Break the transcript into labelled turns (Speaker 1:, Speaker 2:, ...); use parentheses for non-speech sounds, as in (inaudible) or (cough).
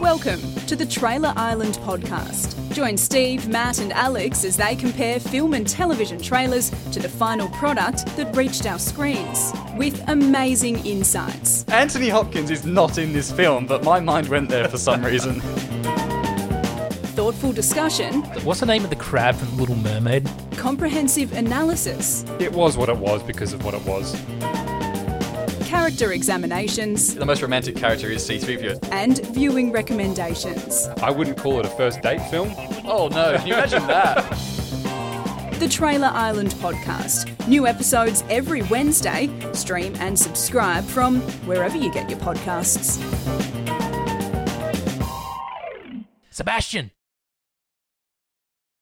Speaker 1: Welcome to the Trailer Island Podcast. Join Steve, Matt, and Alex as they compare film and television trailers to the final product that reached our screens with amazing insights.
Speaker 2: Anthony Hopkins is not in this film, but my mind went there for some reason.
Speaker 1: Thoughtful discussion,
Speaker 3: What's the name of the crab from Little Mermaid?
Speaker 1: comprehensive analysis,
Speaker 4: It was what it was because of what it was.
Speaker 1: character examinations,
Speaker 2: (laughs) the most romantic character is C3PO.
Speaker 1: and viewing recommendations.
Speaker 4: I wouldn't call it a first date film.
Speaker 2: Oh no, can you imagine that?
Speaker 1: The Trailer Island Podcast. New episodes every Wednesday. Stream and subscribe from wherever you get your podcasts.
Speaker 3: Sebastian.